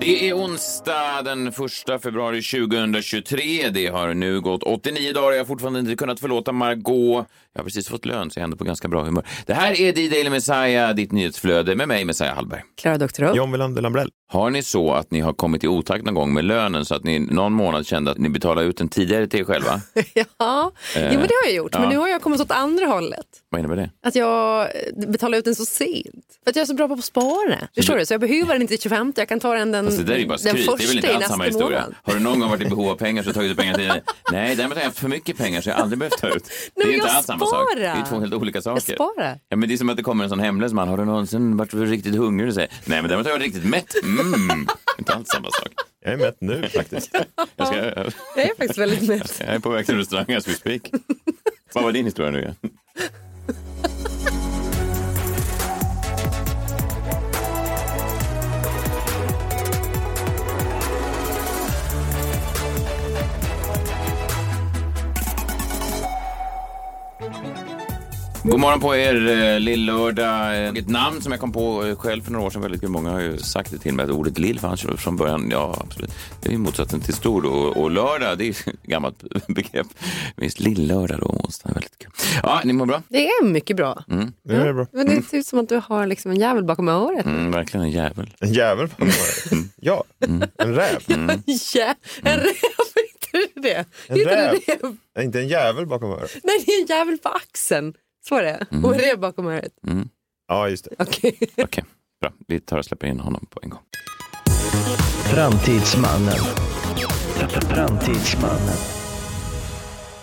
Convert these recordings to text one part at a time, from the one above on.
Det är onsdag den 1 februari 2023. Det har nu gått 89 dagar jag har fortfarande inte kunnat förlåta Margot. Jag har precis fått lön så jag är ändå på ganska bra humör. Det här är D-Daily Messiah, ditt nyhetsflöde med mig Messiah Hallberg. Klara Doktorow. John Wilander Lambrell. Har ni så att ni har kommit i otakt någon gång med lönen så att ni någon månad kände att ni betalade ut den tidigare till er själva? Ja, jo, men det har jag gjort. Eh, ja. Men nu har jag kommit åt andra hållet. Vad innebär det? Att jag eh, betalar ut den så sent. För att jag är så bra på att spara. Förstår du? Så jag behöver den inte till 25. Jag kan ta den den, Alltså, det där är ju bara Mm, den skryt. Det första är väl inte i alls nästa samma historia. månad. Har du någon gång varit i behov av pengar så har du tagit ut pengar till Nej, däremot har jag haft för mycket pengar så jag har aldrig behövt ta ut. Det är men ju inte jag alls samma sak. Det är ju sparar. två helt olika saker. Jag sparar. Ja, men det är som att det kommer en sån hemlös man. Har du någonsin varit riktigt hungrig? Och säger, Nej, men däremot har jag varit riktigt mätt. Mm. inte alls samma sak. Jag är mätt nu faktiskt. Jag, ska, Jag är faktiskt väldigt nöjd. jag är på väg till restaurangen as we speak. Vad var din historia nu igen? God morgon på er, eh, lill-lördag. Eh, Ett namn som jag kom på eh, själv för några år sedan. Väldigt många har ju sagt det till mig, att ordet lill fanns ju från början. Ja, absolut. Det är ju motsatsen till stor då. och lördag, det är ju ett gammalt begrepp. Visst, lill-lördag då, onsdag. Väldigt kul. Ja, ni mår bra? Det är mycket bra. Mm. Det är bra. Men det ser ut som att du har liksom en jävel bakom örat. Mm, verkligen en jävel. En jävel på mig. Ja, en räv. Mm. Ja, Mm. en räv, är inte det det? En Heter det räv. räv? Nej, Inte en jävel bakom örat. Nej, det är en jävel på axeln. Så är det. Mm. Och en räv bakom örat. Ja, just det. Okej. Okej, bra. Vi tar och släpper in honom på en gång. Framtidsmannen. Framtidsmannen.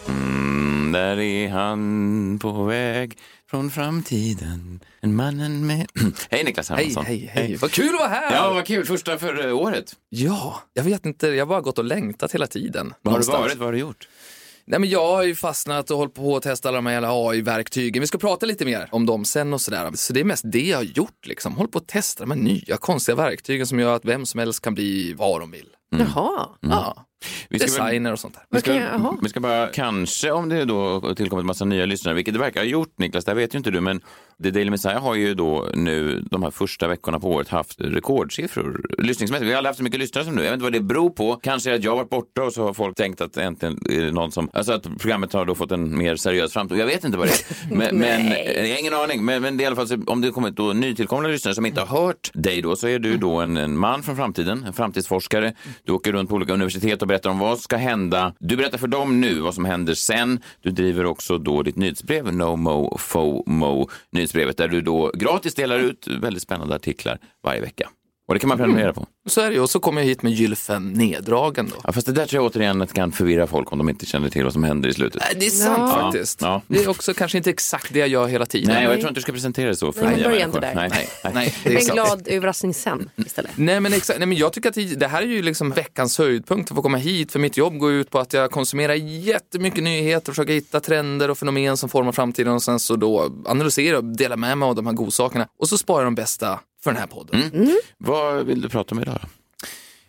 Mm, där är han på väg från framtiden. En mannen med... hej, Niklas Hej, Hermansson. hej, hej. Vad kul att vara här! Ja, Ja. vad kul. Första för eh, året. jag vet inte, jag har bara gått och längtat hela tiden. Vad har du Någonstans. varit? Vad har du gjort? Nej, men jag har ju fastnat och hållit på att testa alla de här jävla AI-verktygen. Vi ska prata lite mer om dem sen och sådär. Så det är mest det jag har gjort liksom. Hållit på att testa de här nya konstiga verktygen som gör att vem som helst kan bli vad de vill. Mm. Jaha. Ja. Vi ska väl- Designer och sånt där. Vi ska, Okej, jaha. vi ska bara, kanske om det då tillkommit massa nya lyssnare, vilket det verkar ha gjort Niklas, det vet ju inte du, men The Daily Messiah har ju då nu de här första veckorna på året haft rekordsiffror lyssningsmässigt. Vi har aldrig haft så mycket lyssnare som nu. Jag vet inte vad det beror på. Kanske att jag har varit borta och så har folk tänkt att äntligen är det någon som, alltså att programmet har då fått en mer seriös framtid. Jag vet inte vad det är. Men, men eh, jag har ingen aning. Men, men det är i alla fall, så- om det kommit då nytillkomna lyssnare som inte har hört dig då, så är du då en, en man från framtiden, en framtidsforskare. Du åker runt på olika universitet och berättar om vad ska hända. Du berättar för dem nu vad som händer sen. Du driver också då ditt nyhetsbrev No Mo FOMO, nyhetsbrevet där du då gratis delar ut väldigt spännande artiklar varje vecka. Och det kan man Mm. prenumerera på. Så är det ju. Och så kommer jag hit med gylfen neddragen då. Ja, fast det där tror jag återigen att kan förvirra folk om de inte känner till vad som händer i slutet. Nej, Det är sant Ja. faktiskt. Ja. Det är också kanske inte exakt det jag gör hela tiden. Nej, och jag tror inte du ska presentera det så för Nej, nya börja inte människor. Nej, där. nej, nej. Nej, det är En sant. glad överraskning sen istället. Nej men, exakt, nej men jag tycker att det- det här är ju liksom veckans höjdpunkt att få komma hit för mitt jobb går ut på att jag konsumerar jättemycket nyheter och försöker hitta trender och fenomen som formar framtiden och sen så då analysera och dela med mig av de här godsakerna och så sparar jag de bästa för den här podden. Vad vill du prata om idag? då?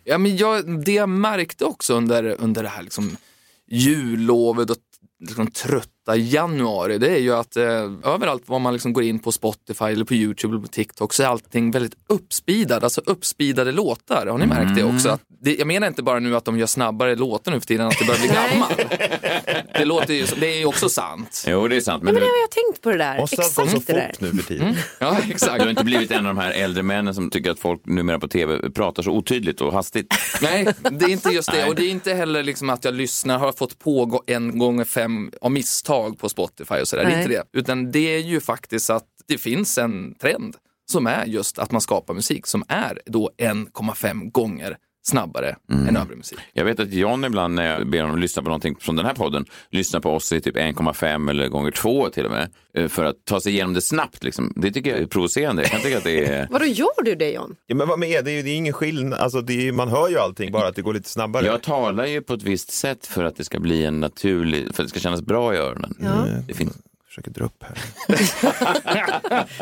Ja, men jag, det jag märkte också under, under det här liksom, jullovet och liksom, trötta januari, det är ju att eh, överallt var man liksom går in på Spotify eller på YouTube eller på TikTok så är allting väldigt uppspeedad, alltså uppspeedade låtar. Har ni märkt det också? Att det, jag menar inte bara nu att de gör snabbare låtar nu för tiden, att det börjar bli gammalt. det, låter ju, så- det är ju också sant. Jo, det är sant. Men, Men det har jag tänkt på det där. Måste allt gå så Exakt det där. fort nu för tiden? Ja, du exakt. har inte blivit en av de här äldre männen som tycker att folk numera på tv pratar så otydligt och hastigt. Nej, det är inte just det. Och det är inte heller liksom att jag lyssnar, har fått pågå en gånger fem av misstag på Spotify och sådär. Det är Nej. inte det. Utan det är ju faktiskt att det finns en trend som är just att man skapar musik som är då 1,5 gånger snabbare än övrig musik. Jag vet att John ibland när jag ber honom lyssna på någonting från den här podden, lyssnar på oss i typ 1,5 eller gånger 2 till och med, eh, för att ta sig igenom det snabbt. Liksom. Det tycker jag är provocerande. Jag kan tycka att det är... Vadå, gör du det John? Ja, men vad med? Det är ju det är ingen skillnad. Alltså, det är, ju- man hör ju allting, bara att det går lite snabbare. Jag talar ju på ett visst sätt för att det ska bli en naturlig, för att det ska kännas bra i öronen. Det finns... försöker dra upp här.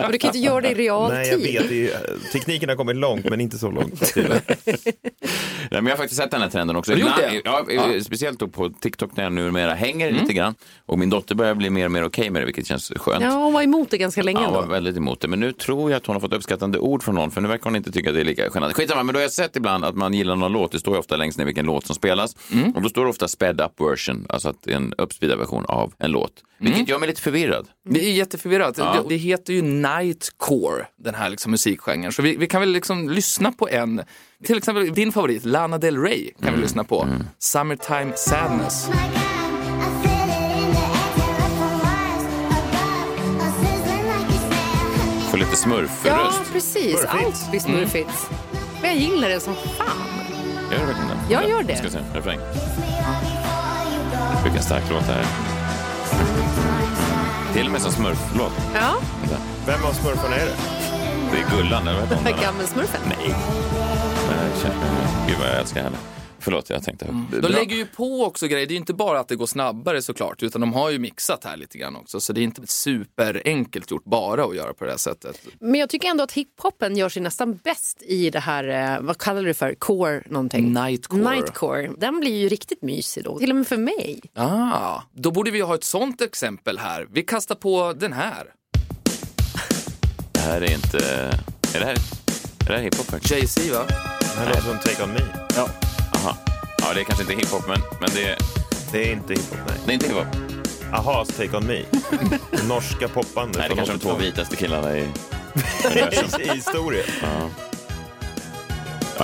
Men du kan ju inte göra det i Nej, jag realtid. vet. Det är, ju- tekniken har kommit långt, men inte så långt. Nej, men jag har faktiskt sett den här trenden också. Har du gjort det? ja, eh, Ja. Mm. Speciellt då på TikTok när jag numera hänger lite grann. Och min dotter börjar bli mer och mer okej med det, vilket känns skönt. Ja, hon var emot det ganska länge Ja, hon var ändå. väldigt emot det. Men nu tror jag att hon har fått uppskattande ord från någon, för nu verkar hon inte tycka att det är lika genant. Skitsamma, men då har jag sett ibland att man gillar någon låt. Det står ju ofta längst ner vilken låt som spelas. Mm. Och då står det ofta sped up version, alltså att det är en uppspeedad version av en låt. Vilket Mm. gör mig lite förvirrad. Det är jätteförvirrat. Ja. Det, det heter ju nightcore, den här liksom musikgenren. Så vi, vi kan väl liksom lyssna på en, till exempel din favorit Lana Del Rey kan vi lyssna på. Summertime Sadness. My God, I feel it in the air, telephone wires above, a sizzling like a snare. Får lite smurfröst. Ja, precis. Allt blir Mm. smurfigt. Men jag gillar det som fan. Gör du verkligen det? Jag gör det. Jag ska se, refräng. Vilken stark låt det här är. Till och med som smurflåt. Ja, Vem av smurfarna är det? Det är Gullan, eller vad heter hon? den här gammelsmurfen. Nej. Men jag känner- Gud vad jag älskar henne. Förlåt, jag tänkte... De lägger ju på också grejer. Det är ju inte bara att det går snabbare såklart, utan de har ju mixat här lite grann också. Så det är inte superenkelt gjort bara att göra på det här sättet. Men jag tycker ändå att hiphopen gör sig nästan bäst i det här, eh, vad kallar du det för, core någonting? Nightcore. Nightcore. Den blir ju riktigt mysig då, till och med för mig. Ah, då borde vi ha ett sånt exempel här. Vi kastar på den här. Det här är inte... Är det här, är det här hiphop faktiskt? Jay-Z va? Den här låter som Take On Me. Aha. Ja, det är kanske inte hiphop, men, men det, är, Det är inte hiphop, nej. det är inte hiphop. Ahas Take On Me. Norska popbandet. Nej, det är kanske de från två 80-talet. vitaste killarna i... I historien. Ja,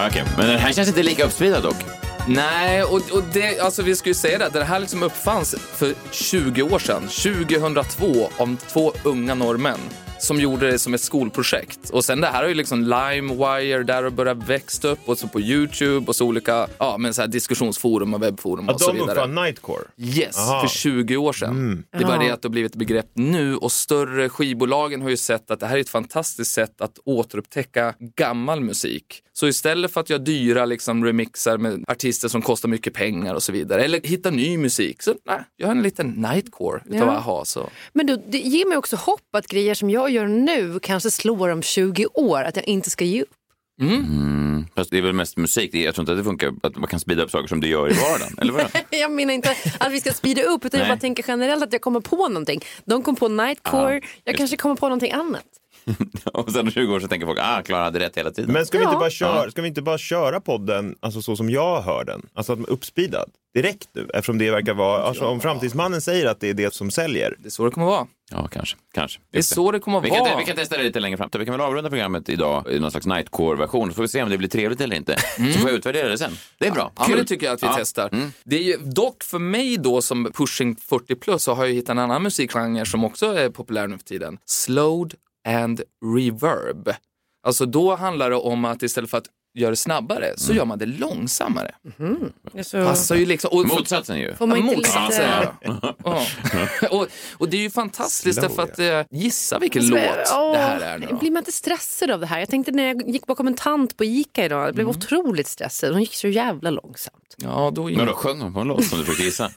okej. Men den här känns inte lika uppspeedad dock. Nej, och, och det, alltså vi ska ju säga det, att det här liksom uppfanns för 20 år sedan, 2002, av två unga norrmän som gjorde det som ett skolprojekt. Och sen det här har ju liksom LimeWire där och börjat växt upp och så på YouTube och så olika ja, men så här diskussionsforum och webbforum och Ja, så de vidare. uppfann Nightcore. Yes, Aha. för 20 år sedan. Det är bara Ja. det att det har blivit ett begrepp nu och större skivbolagen har ju sett att det här är ett fantastiskt sätt att återupptäcka gammal musik. Så istället för att göra dyra liksom, remixar med artister som kostar mycket pengar och så vidare, eller hitta ny musik, så nej, gör en liten nightcore utav Ja. aha. Så. Men du, det ger mig också hopp att grejer som jag gör nu kanske slår om 20 år, att jag inte ska ge upp. Fast det är väl mest musik. Det är- Jag tror inte att det funkar att man kan speeda upp saker som du gör i vardagen. Eller vadå? Jag menar inte att vi ska speeda upp, utan jag Nej. bara tänker generellt att jag kommer på någonting. De kom på nightcore, jag kanske kommer på någonting annat. Och sen om 20 år så tänker folk, ah, Klara hade rätt hela tiden. Men ska vi, inte Ja. bara köra, ska vi inte bara köra podden alltså så som jag hör den? Alltså att man är uppspeedad direkt nu eftersom det verkar vara, alltså om framtidsmannen säger att det är det som säljer. Det är så det kommer vara. Ja, kanske. kanske. Det är Just så det kommer Vi vara. kan, vi kan testa det lite längre fram. Vi kan väl avrunda programmet idag i någon slags nightcore-version. Så får vi se om det blir trevligt eller inte. Så får jag utvärdera det sen. Det är bra. Mm. Ja, men det tycker jag att vi Ja. Mm. testar. Det är ju, dock för mig då som pushing 40 plus så har jag hittat en annan musikgenre som också är populär nu för tiden. Slowed and reverb. Alltså då handlar det om att istället för att göra det snabbare så Mm. gör man det långsammare. Alltså, Passar ju liksom. Och Motsatsen ju. Får man inte Motsatsen, lite... ja. Ja. och, och det är ju fantastiskt Slow, därför att eh, gissa vilken låt Alltså, Åh, det här är nu då. Blir man inte stressad av det här? Jag tänkte när jag gick bakom en tant på Ica idag, jag blev otroligt stressad. Hon gick så jävla långsamt. Ja, då Men då sjöng hon på en låt som du försökte gissa?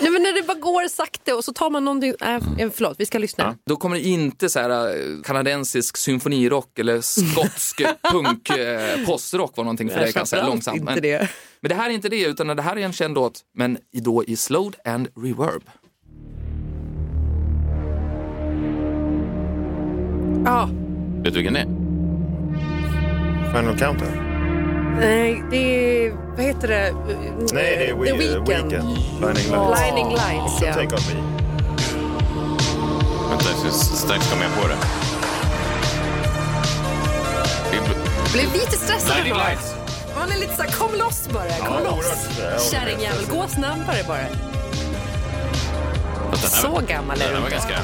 Nej, men när det bara går sakta och så tar man någonting... Äh, förlåt, vi ska lyssna. Då kommer det inte så här eh, kanadensisk symfonirock eller skotsk punk eh, postrock var någonting för dig kan jag säga Framförallt långsamt. Inte Men, det. men det här är inte det utan det här är en känd låt men i- då i slowed and reverb. Ja, Vet du vilken det är? Final Countdown? nej, det är... Vad heter det? Nej, det är The we- Weeknd. Weekend. Lining Lights. Blinding Lights, ja. Take on me. Vänta, jag ska strax komma jag på det. Det är bl- Blev lite stressad Blinding idag. Lights. Man är lite såhär, kom loss bara, kom Ja, loss. oerhört. Ja, Kärringjävel, gå snabbare bara. Vänta, den här var- Så gammal Den är här var du. ganska...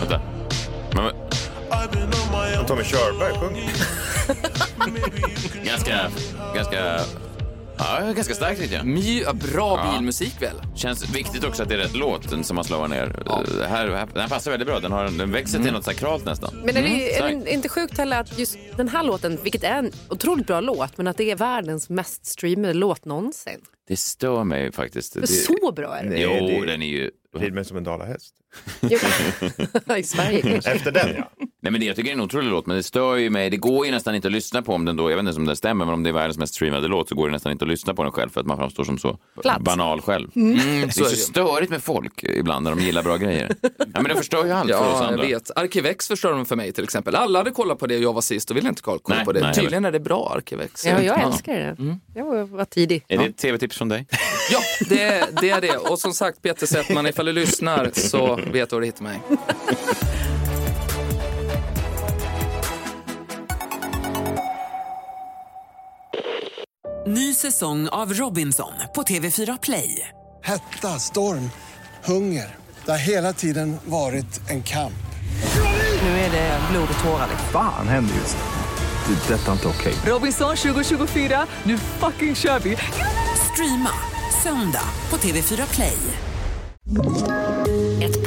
Vänta. Men, vad- Tommy Körberg sjunger. ganska... Ganska... Ja, ganska starkt tycker jag. My, ja, bra bilmusik väl? Känns viktigt också att det är rätt låt den som man slår ner. Eh, Här, här, den här passar väldigt bra. Den, har, en- den växer till något sakralt nästan. Mm. Men är det, är starkt. det inte sjukt heller att just den här låten, vilket är en otroligt bra låt, men att det är världens mest streamade låt någonsin. Det stör mig faktiskt. Men Det- så bra är det. Jo, det- den är ju Rid mig som en dalahäst. Jo. I Sverige kanske. Efter den ja. Nej, men det, jag tycker det är en otrolig låt, men det stör ju mig. Det går ju nästan inte att lyssna på om den då, jag vet inte ens om den stämmer, men om det är världens mest streamade låt så går det nästan inte att lyssna på den själv för att man framstår som så Platt. banal själv. Mm. det Mm, så är är så det. störigt med folk ibland när de gillar bra grejer. Ja, men det förstör ju allt för oss Ja, jag andra. vet. Arkivex förstörde de för mig till exempel. Alla hade kollat på det och jag var sist och ville inte kolla Nej, på det. nej, Tydligen är det bra Arkivex. Ja, jag älskar det. Jag var tidig. Är det ett tv-tips från dig? Ja, det, det är det. Och som sagt, Peter Settman, ifall du lyssnar så vet du var du hittar mig. Ny säsong av Robinson på TV4 Play. Hetta, storm, hunger. Det har hela tiden varit en kamp. Nu är det blod och tårar. liksom. Fan händer just det. Det är detta inte okej. Robinson 2024, nu fucking kör vi! Streama söndag på TV4 Play. Ett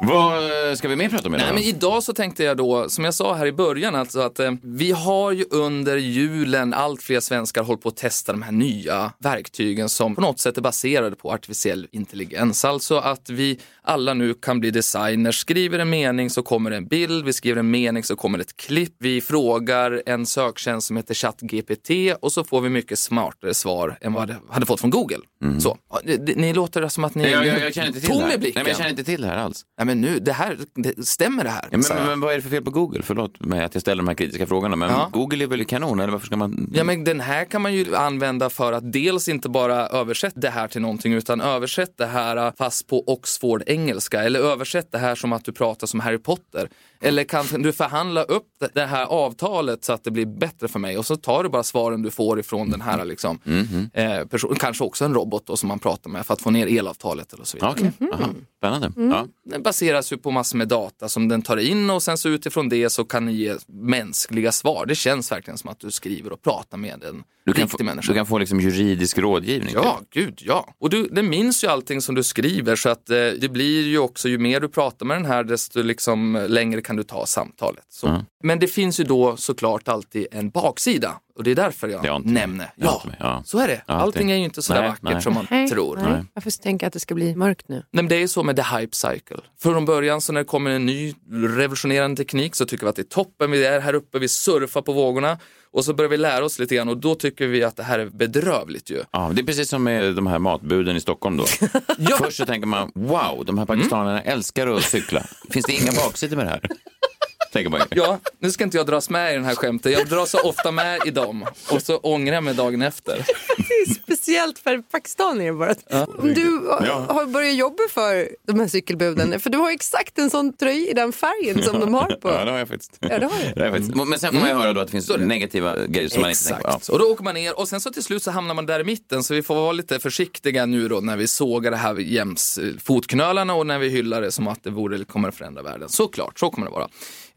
Vad eh, ska vi mer prata om idag? Nej, men då? idag så tänkte jag då, som jag sa här i början, alltså att eh, vi har ju under julen allt fler svenskar hållit på att testa de här nya verktygen som på något sätt är baserade på artificiell intelligens. Alltså att vi alla nu kan bli designers, skriver en mening så kommer en bild, vi skriver en mening så kommer ett klipp, vi frågar en söktjänst som heter ChatGPT och så får vi mycket smartare svar än vad det hade fått från Google. Så, ja, ni, ni låter som att ni Mm. jag, jag, jag känner inte till det tom här. i Nej, blicken. men jag känner inte till det här alls. Nej, men nu, det här, det, stämmer det här? Ja, Så men, här. men, men vad är det för fel på Google? Förlåt mig att jag ställer de här kritiska frågorna, men Ja. Google är väl kanon, eller varför ska man... Ja, men den här kan man ju använda för att dels inte bara översätta det här till någonting utan översätta det här eh, fast på Oxford-engelska eller översätta det här som att du pratar som Harry Potter. Eller kan du förhandla upp det- det här avtalet så att det blir bättre för mig och så tar du bara svaren du får ifrån den Mm. här liksom, Mm-hmm. eh, personen. Kanske också en robot då, som man pratar med för att få ner elavtalet eller så vidare. Ja, Okej, Aha, spännande. Mm. Ja. Den baseras ju på massor med data som den tar in och sen så utifrån det så kan den ge mänskliga svar. Det känns verkligen som att du skriver och pratar med en Du, kan riktig få, människa. du kan få liksom juridisk rådgivning. Ja, gud ja. Och du, den minns ju allting som du skriver så att eh, det blir ju också ju mer du pratar med den här desto liksom eh, längre kan du ta samtalet. Så. Mm. Men det finns ju då såklart alltid en baksida och det är därför jag Det har inte- nämner. det har Ja, inte med, ja. så är det. Ja, Allting det- är ju inte så där Nej, vackert nej. som man Nej, tror. Nej. Varför tänker jag att det ska bli mörkt nu? Nej, men det är ju så med the hype cycle. Från början så när det kommer en ny revolutionerande teknik så tycker vi att det är toppen, vi är här uppe, vi surfar på vågorna och så börjar vi lära oss lite grann och då tycker vi att det här är bedrövligt ju. Ja, det är precis som med de här matbuden i Stockholm då. Först så tänker man, wow, de här pakistanerna Mm. älskar att cykla. Finns det inga baksidor med det här? tänker man ju. Ja, nu ska inte jag dras med i den här skämten. Jag dras så ofta med i dem och så ångrar jag mig dagen efter. Speciellt för pakistanier bara. Om du Ja. har börjat jobba för de här cykelbuden, för du har exakt en sån tröja i den färgen som de har på. Ja, det har jag faktiskt. Ja, det har du. Mm. Det har jag faktiskt. Men sen får man ju höra då att det finns negativa grejer som man inte tänker på. Ja. Exakt. Och då åker man ner och sen så till slut så hamnar man där i mitten så vi får vara lite försiktiga nu då när vi sågar det här jäms eh, fotknölarna och när vi hyllar det som att det vore, kommer att förändra världen. Såklart, så kommer det vara.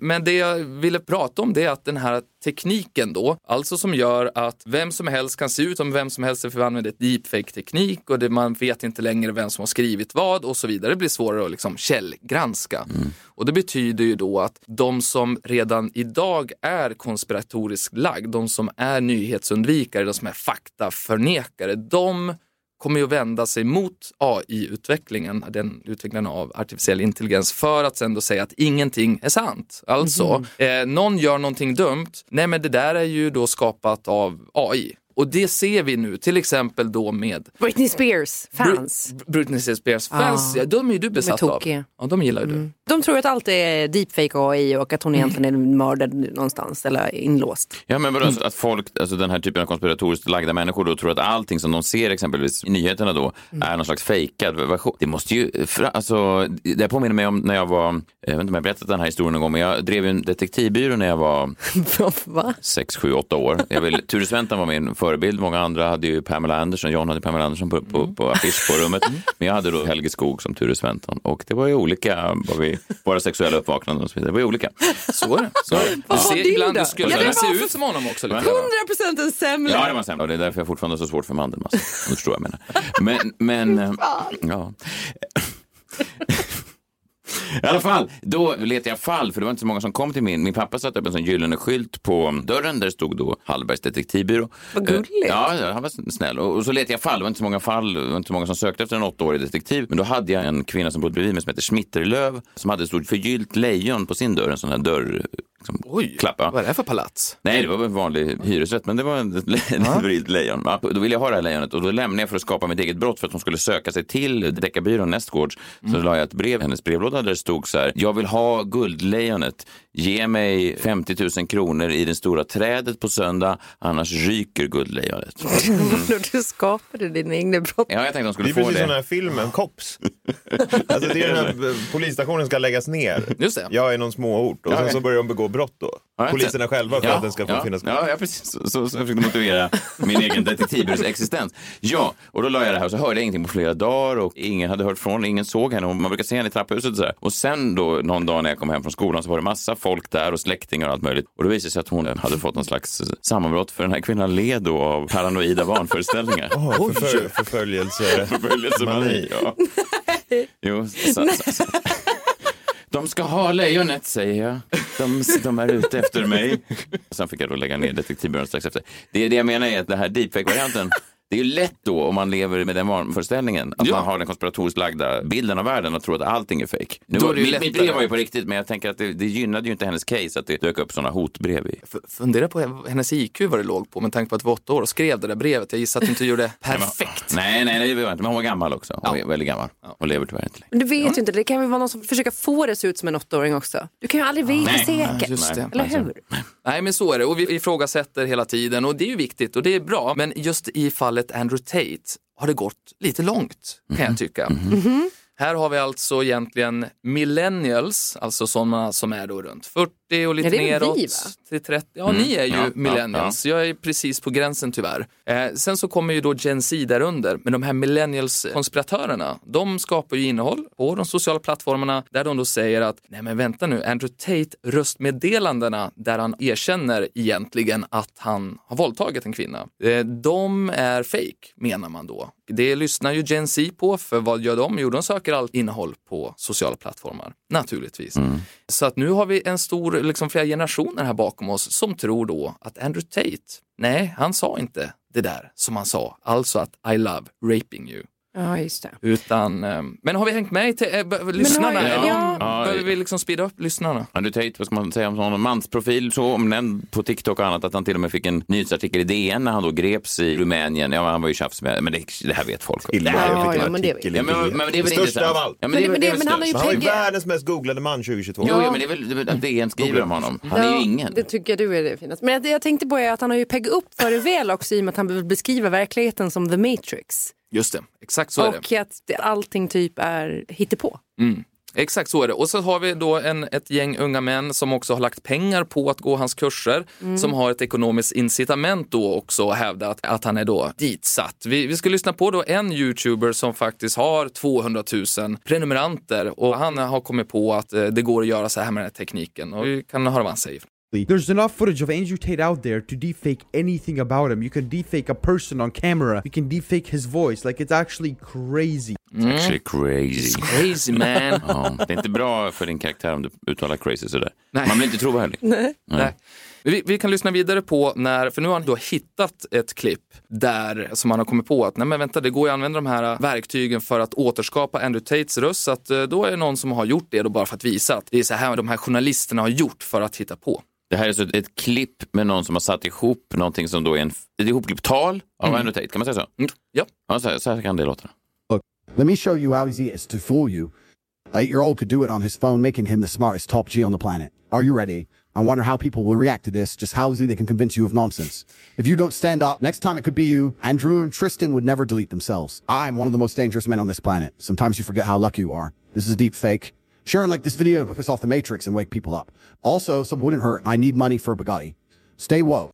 Men det jag ville prata om det är att den här tekniken då, alltså som gör att vem som helst kan se ut som vem som helst för vi använder deepfake-teknik och det, man vet inte längre vem som har skrivit vad och så vidare. Det blir svårare att liksom källgranska. Mm. Och det betyder ju då att de som redan idag är konspiratoriskt lagd, de som är nyhetsundvikare, de som är faktaförnekare, de kommer ju att vända sig mot AI-utvecklingen, den utvecklingen av artificiell intelligens, för att sen då säga att ingenting är sant. Alltså, eh, någon gör någonting dumt, nej men det där är ju då skapat av AI. Och det ser vi nu, till exempel då med Britney Spears fans. Bru- Britney Spears fans, Ah. ja, de är Mm. ju du besatt av. tokiga. Ja, de gillar ju du. De tror att allt är deepfake och AI och att hon egentligen är mördad någonstans eller inlåst. Ja, men vadå, Mm. alltså, att folk, alltså den här typen av konspiratoriskt lagda människor då tror att allting som de ser exempelvis i nyheterna då Mm. är någon slags fejkad version. Det måste ju, fra- alltså, det här påminner mig om när jag var, eh, jag vet inte om jag berättat den här historien någon gång, men jag drev ju en detektivbyrå när jag var Va? sex, sju, åtta år. Jag vill, Ture Sventon var min förebild. Många andra hade ju Pamela Anderson. John hade Pamela Anderson på, Mm. på, på affisch på rummet. Men jag hade då Helge Skog som Ture Sventon. Och det var ju olika, vad vi, våra sexuella uppvaknanden och så vidare. Det var ju olika. Så är det. Så är det. Du Vad var Alltså, ser, din ibland då? du skulle Ja, det kunna se var för- ut som honom också. Lite. Men- 100% en semla! Ja, det var sämre. Och det är därför jag fortfarande har så svårt för mandelmassa. Om du förstår vad jag menar. Men, men... eh, ja. I alla fall, då letade jag fall, för det var inte så många som kom till min. Min pappa satte upp en sån gyllene skylt på dörren där det stod då Hallbergs detektivbyrå. Vad gulligt. Eh, Ja, ja, han var snäll. Och, och så letade jag fall, det var inte så många fall, det var inte så många som sökte efter en åttaårig detektiv. Men då hade jag en kvinna som bodde bredvid mig som hette Smitterlöv som hade ett stort förgyllt lejon på sin dörr, en sån här dörr... Liksom, Oj, klappa. vad är det här för palats? Nej, det var väl en vanlig hyresrätt, men det var en- ett le- ett lejon. Ja, Då ville jag ha det här lejonet och då lämnade jag för att skapa mitt eget brott för att hon skulle söka sig till deckarbyrån nästgårds. Så Mm. la jag ett brev i hennes brevlåda där det stod så här. Jag vill ha guldlejonet. Ge mig 50 000 kronor i det stora trädet på söndag, annars ryker guldlejonet. Du skapade dina egna brott. Ja, jag tänkte hon Det skulle är få precis som den det. här filmen, Cops. Alltså det är den här eh, polisstationen ska läggas ner. Just det. Jag är någon småort och sen så börjar de begå brott då. Ja, jag Poliserna tänkte- själva för Ja, att den ska få ja, finnas kvar. Ja, ja precis. Så, så, så jag försökte motivera min egen detektivbyrås existens. Ja, och då la jag det här och så hörde jag ingenting på flera dagar och ingen hade hört från henne, ingen såg henne. Och Man brukar se henne i trapphuset och så här. Och sen då någon dag när jag kom hem från skolan så var det massa folk där och släktingar och allt möjligt. Och då visade det sig att hon hade fått någon slags sammanbrott för den här kvinnan led då av paranoida vanföreställningar. Oh, förför, förföljelse. Förföljelsemani. Ja. Jo, så, så, så. De ska ha lejonet, säger jag. De, de är ute efter mig. Sen fick jag då lägga ner detektivbyrån strax efter. Det, är det jag menar är att den här deepfake-varianten det är ju lätt då om man lever med den vanföreställningen att Ja. man har den konspiratoriskt lagda bilden av världen och tror att allting är fake. Nu, Då är det ju mitt, mitt lättare. brev var ju på riktigt men jag tänker att det, det gynnade ju inte hennes case att det dök upp sådana hotbrev i. F- Fundera på hennes IQ vad det låg på med tanke på att vi var åtta år och skrev det där brevet. Jag gissar att du inte gjorde perfekt. Nej, nej, nej, det var inte. Men hon var gammal också. Hon är väldigt gammal och lever tyvärr inte längre. Men Du vet ju inte, det kan väl vara någon som försöker få det att se ut som en åttaåring också. Du kan ju aldrig veta Nej, Alltså. säkert. Just det. Eller hur? Nej, men så är det. Och vi ifrågasätter hela tiden och det är ju viktigt och det är bra. Men just i fallet Andrew Tate har det gått lite långt kan jag tycka. Mhm. Här har vi alltså egentligen millennials, alltså sådana som är då runt 40 och lite Ja, det är väl neråt vi, va? till 30. Ja, ni är ju Mm. Ja, ja, millennials. Jag är precis på gränsen tyvärr. Eh, sen så kommer ju då Gen Z därunder. Men de här millennials-konspiratörerna, de skapar ju innehåll på de sociala plattformarna där de då säger att nej men vänta nu, Andrew Tate röstmeddelandena där han erkänner egentligen att han har våldtagit en kvinna. Eh, de är fake menar man då. Det lyssnar ju Gen Z på, för vad gör de? Jo, de söker allt innehåll på sociala plattformar, naturligtvis. Mm. Så att nu har vi en stor, liksom flera generationer här bakom oss som tror då att Andrew Tate, nej, han sa inte det där som han sa, alltså att I love raping you. Ja, just det. Utan, ehm, men har vi hängt med i te- eh, b- lyssnarna? har- Eller ja. Ja, Behöver vi liksom speeda upp lyssnarna? Andrew Tate, vad ska man säga om honom? Mansprofil, så omnämnd på TikTok och annat att han till och med fick en nyhetsartikel i DN när han då greps i Rumänien. Ja, men han var ju tjafs med, men det, det här vet folk. Till och med Ja, fick en ja, men det- artikel i Ja, men, men det är väl DN. intressant. Största av allt. Ja, Men det- är väl- men är det- väl men han har ju störst. Han var ju Peggy- världens mest googlade man 2022. Jo, jo, men det är väl att DN skriver om honom. Han är ju ingen. Det tycker du är det finaste. Men jag- jag tänkte på är att han har ju peggat upp för det väl också i och med att han vill beskriva verkligheten som The Matrix. Just det, exakt så är det. och att det- allting typ är hittepå. Exakt så är det. Och så har vi då en, ett gäng unga män som också har lagt pengar på att gå hans kurser, som har ett ekonomiskt incitament då också och hävda att, att han är då ditsatt. Vi, vi ska lyssna på då en youtuber som faktiskt har 200 000 prenumeranter och han har kommit på att eh, det går att göra så här med den här tekniken och vi kan höra vad han säger. There's enough footage of Andrew Tate out there to defake anything about him. You can defake a person on camera. You can defake his voice. Like it's actually crazy. Actually crazy. Crazy man! Mm. Ja, det är inte bra för din karaktär om du uttalar crazy sådär. Nej. Man blir inte trovärdig. Nej. Vi, vi kan lyssna vidare på när, för nu har han då hittat ett klipp där som han har kommit på att nej men vänta det går ju att använda de här äh, verktygen för att återskapa Andrew Tates röst så att eh, då är det någon som har gjort det då bara för att visa att det är så här de här journalisterna har gjort för att hitta på. Det här är alltså ett, ett klipp med någon som har satt ihop någonting som då är en, ett ihopklippt tal av Andrew Tate. Kan man säga så? Mm. Ja. Ja, så här, så här kan det låta. Let me show you how easy it is to fool you. eight year old could do it on his phone, making him the smartest top G on the planet. Are you ready? I wonder how people will react to this, just how easily they can convince you of nonsense. If you don't stand up, next time it could be you. Andrew and Tristan would never delete themselves. I'm one of the most dangerous men on this planet. Sometimes you forget how lucky you are. This is a deep fake. Share and like this video to piss off the Matrix and wake people up. Also, some wouldn't hurt. I need money for a Bugatti. Stay woke.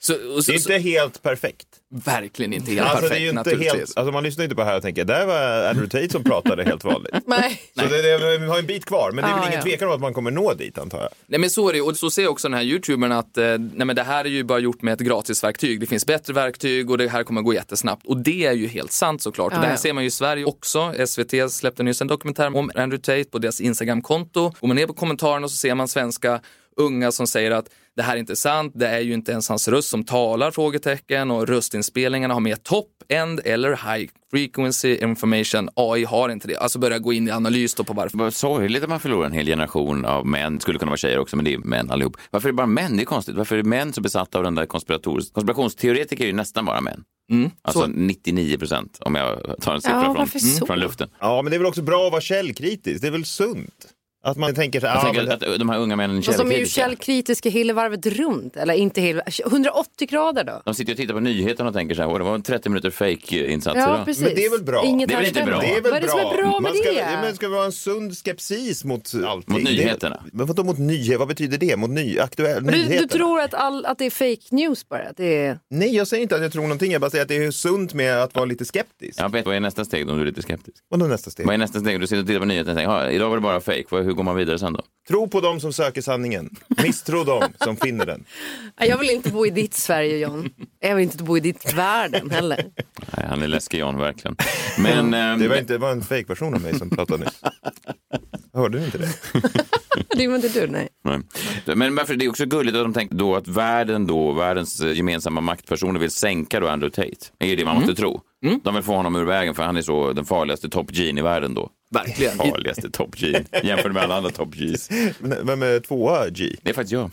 Så, och så, det är inte helt perfekt. Verkligen inte helt alltså, perfekt det är ju inte naturligtvis. helt, alltså man lyssnar ju inte på det här och tänker, där var Andrew Tate som pratade helt vanligt. Nej. Så det, det, vi har en bit kvar, men det är väl Ah, ingen ja. tvekan om att man kommer nå dit antar jag. Nej men så är det ju. och så ser också den här youtubern att eh, nej, men det här är ju bara gjort med ett gratisverktyg. Det finns bättre verktyg och det här kommer gå jättesnabbt. Och det är ju helt sant såklart. Ja, och det här ja. ser man ju i Sverige också. SVT släppte nyss en dokumentär om Andrew Tate på deras Instagram-konto. Går man ner på kommentarerna så ser man svenska unga som säger att det här är inte sant, det är ju inte ens hans röst som talar? frågetecken och röstinspelningarna har mer top-end eller high frequency information. AI har inte det. Alltså börja gå in i analys då på varför Vad sorgligt att man förlorar en hel generation av män. skulle kunna vara tjejer också, men det är män allihop. Varför är det bara män? Det är konstigt. Varför är män så besatta av den där konspiratoris... Konspirationsteoretiker är ju nästan bara män. alltså Mm. så. 99 procent, om jag tar en siffra Ja, varför så? från, Mm. från luften. Ja, men det är väl också bra att vara källkritisk, det är väl sunt? Att man tänker så här, Jag ah, tänker men- att de här unga männen är Fast de är ju källkritiska. källkritiska hela runt. Eller inte hela, 180 grader då. De sitter ju och tittar på nyheterna och tänker så här, "Åh, det var en 30 minuter fake-insats Ja, idag. precis. Men det är väl bra? Inget det är väl inte har bra? stämt. Det är väl Vad är det som är bra. bra med man ska, det? Ja, men ska vara en sund skepsis mot allting. Mot Det är- nyheterna. Men vadå mot nyheter? Vad betyder det? Mot ny, aktuell, Men du, nyheterna? du tror att, all, att det är fake news bara? Att Det är... Nej, jag säger inte att jag tror någonting. Jag bara säger att det är sunt med att vara lite skeptisk. Jag vet, vad är nästa steg om du är lite skeptisk? Vad är nästa steg? Vad är nästa steg? Du sitter och tittar på nyheterna och tänker, "Ja, idag var det bara fake. Vad- Hur går man vidare sen då? Tro på dem som söker sanningen. Misstro dem som finner den. Nej, Jag vill inte bo i ditt Sverige, John. Jag vill inte bo i ditt världen heller. Nej, han är läskig Jan, verkligen. Men, ehm, det var, inte, det var en fejkversion av mig som pratade nyss. Hörde du inte det? Det var inte du, nej. Nej. Men varför, det är också gulligt att de tänker då att världen då, världens eh, gemensamma maktpersoner vill sänka då Andrew Tate. Det är ju det man Mm. måste tro. De vill få honom ur vägen för han är så den farligaste top G'n i världen då. Verkligen. Farligaste top G'n jämfört med alla andra top G's. Men Vem är tvåa G? Det är faktiskt jag.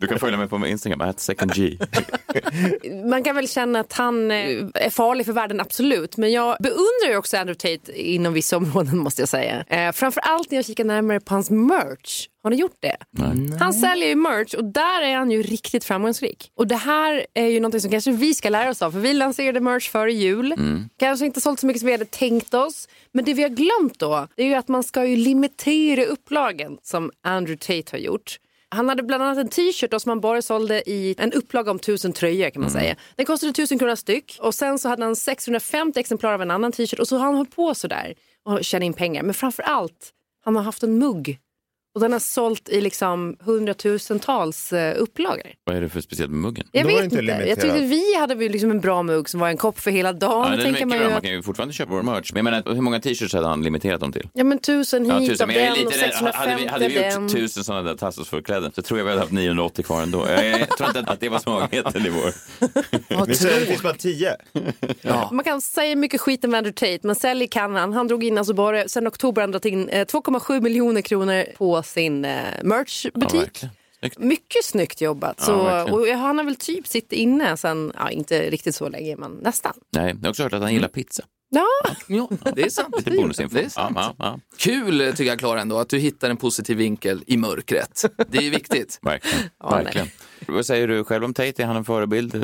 Du kan följa mig på min Instagram, at second G. Man kan väl känna att han eh, är farlig för världen, absolut. Men jag beundrar ju också Andrew Tate inom vissa områden, måste jag säga. Eh, framförallt när jag kikar närmare på hans merch. Har ni gjort det? Han säljer ju merch och där är han ju riktigt framgångsrik. Och det här är ju någonting som kanske vi ska lära oss av. För vi lanserade merch före jul. Mm. Kanske inte sålt så mycket som vi hade tänkt oss. Men det vi har glömt då, det är ju att man ska ju limitera upplagen som Andrew Tate har gjort. Han hade bland annat en t-shirt då som han bara sålde i en upplaga om tusen tröjor kan man säga. Den kostade tusen kronor styck och sen så hade han 650 exemplar av en annan t-shirt och så har han hållit på sådär och tjänat in pengar. Men framför allt, han har haft en mugg och den har sålt i liksom hundratusentals eh, upplagor. Vad är det för speciellt med muggen? Jag vet inte. Jag tyckte vi hade väl liksom en bra mugg som var en kopp för hela dagen. Ja, Då den tänker räcker man man, ju man att, kan ju fortfarande köpa vår merch. Men jag menar, hur många t-shirts hade han limiterat dem till? ja, men tusen hit av men jag är den och lite rädd. 650 hade, vi, hade vi gjort den. tusen sådana där Tassos-förkläden så tror jag vi hade haft 980 kvar ändå. Jag, jag tror inte att, att det var svagheten i vår. Vad tror- Det finns bara tio. Ja. Man kan säga mycket skit om Andrew Tate, men sälj kan han. Han drog in alltså bara, sen oktober har han dragit in eh, 2,7 miljoner kronor på sin eh, merchbutik. mycket snyggt jobbat. Ja, så, verkligen. och han har väl typ sitt inne sen, ja, inte riktigt så länge, men nästan. Nej, jag har också hört att han gillar pizza. Ja, Ja, det är sant. Lite bonusinfo. Det är sant. Ja, ja, Kul tycker jag Klara ändå att du hittar en positiv vinkel i mörkret. Det är ju viktigt. Verkligen. Verkligen. Vad säger du själv om Tate? Är han en förebild? Eh,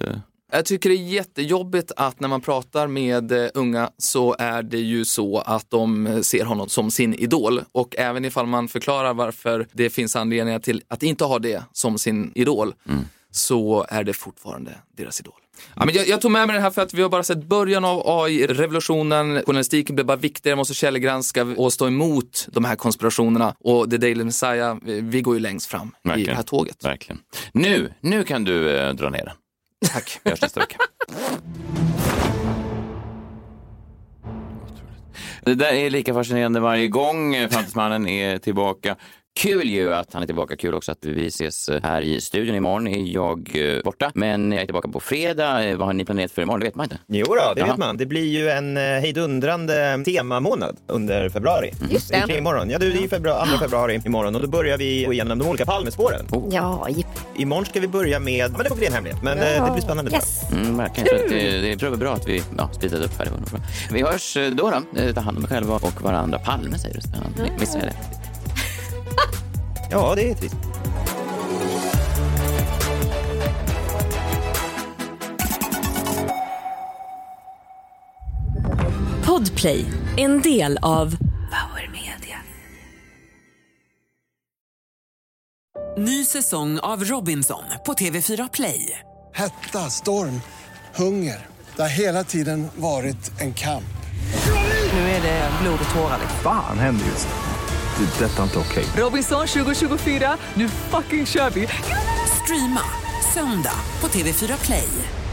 Jag tycker det är jättejobbigt att när man pratar med eh, unga så är det ju så att de eh, ser honom som sin idol och även ifall man förklarar varför det finns anledningar till att inte ha det som sin idol så är det fortfarande deras idol. Ja, men jag, jag tog med mig det här för att vi har bara sett början av AI-revolutionen. Journalistiken blir bara viktigare, måste källgranska och stå emot de här konspirationerna. Och The Daily Messiah, vi, vi går ju längst fram i det här tåget. Verkligen. Nu, nu kan du eh, dra ner den. Tack. Vi hörs nästa vecka. Det där eh, är lika fascinerande varje gång. Fantismannen är tillbaka. Kul ju att han är tillbaka. Kul också att vi ses eh, här i studion. Imorgon är jag eh, borta, men jag är tillbaka på fredag. Eh, Vad har ni planerat för imorgon? Det vet man inte. Jo då, det Jaha. vet man. Det blir ju en eh, hejdundrande temamånad under februari. Just det. är kring imorgon. Ja, du, det är ju februari, 2 februari imorgon och då börjar vi gå igenom de olika Palmespåren. Oh. Ja, jipp. Imorgon ska vi börja med, men det får bli en hemlighet, men eh, det blir spännande. tror jag. Yes. Mm, verkligen. Så att det, det tror jag var bra att vi ja, splittrade upp här. Det var nog bra. Vi hörs eh, då. då. Eh, Ta hand om er själva och varandra. Palme säger du. Spännande. Missade jag det? Ja, det är trist. Podplay, en del av Ny säsong av Robinson på TV4 Play. Hetta, storm, hunger. Det har hela tiden varit en kamp. Nu är det blod och tårar. liksom. Fan händer just det. Det är detta inte okej. Robinson 2024, nu fucking kör vi! Streama söndag på TV4 Play.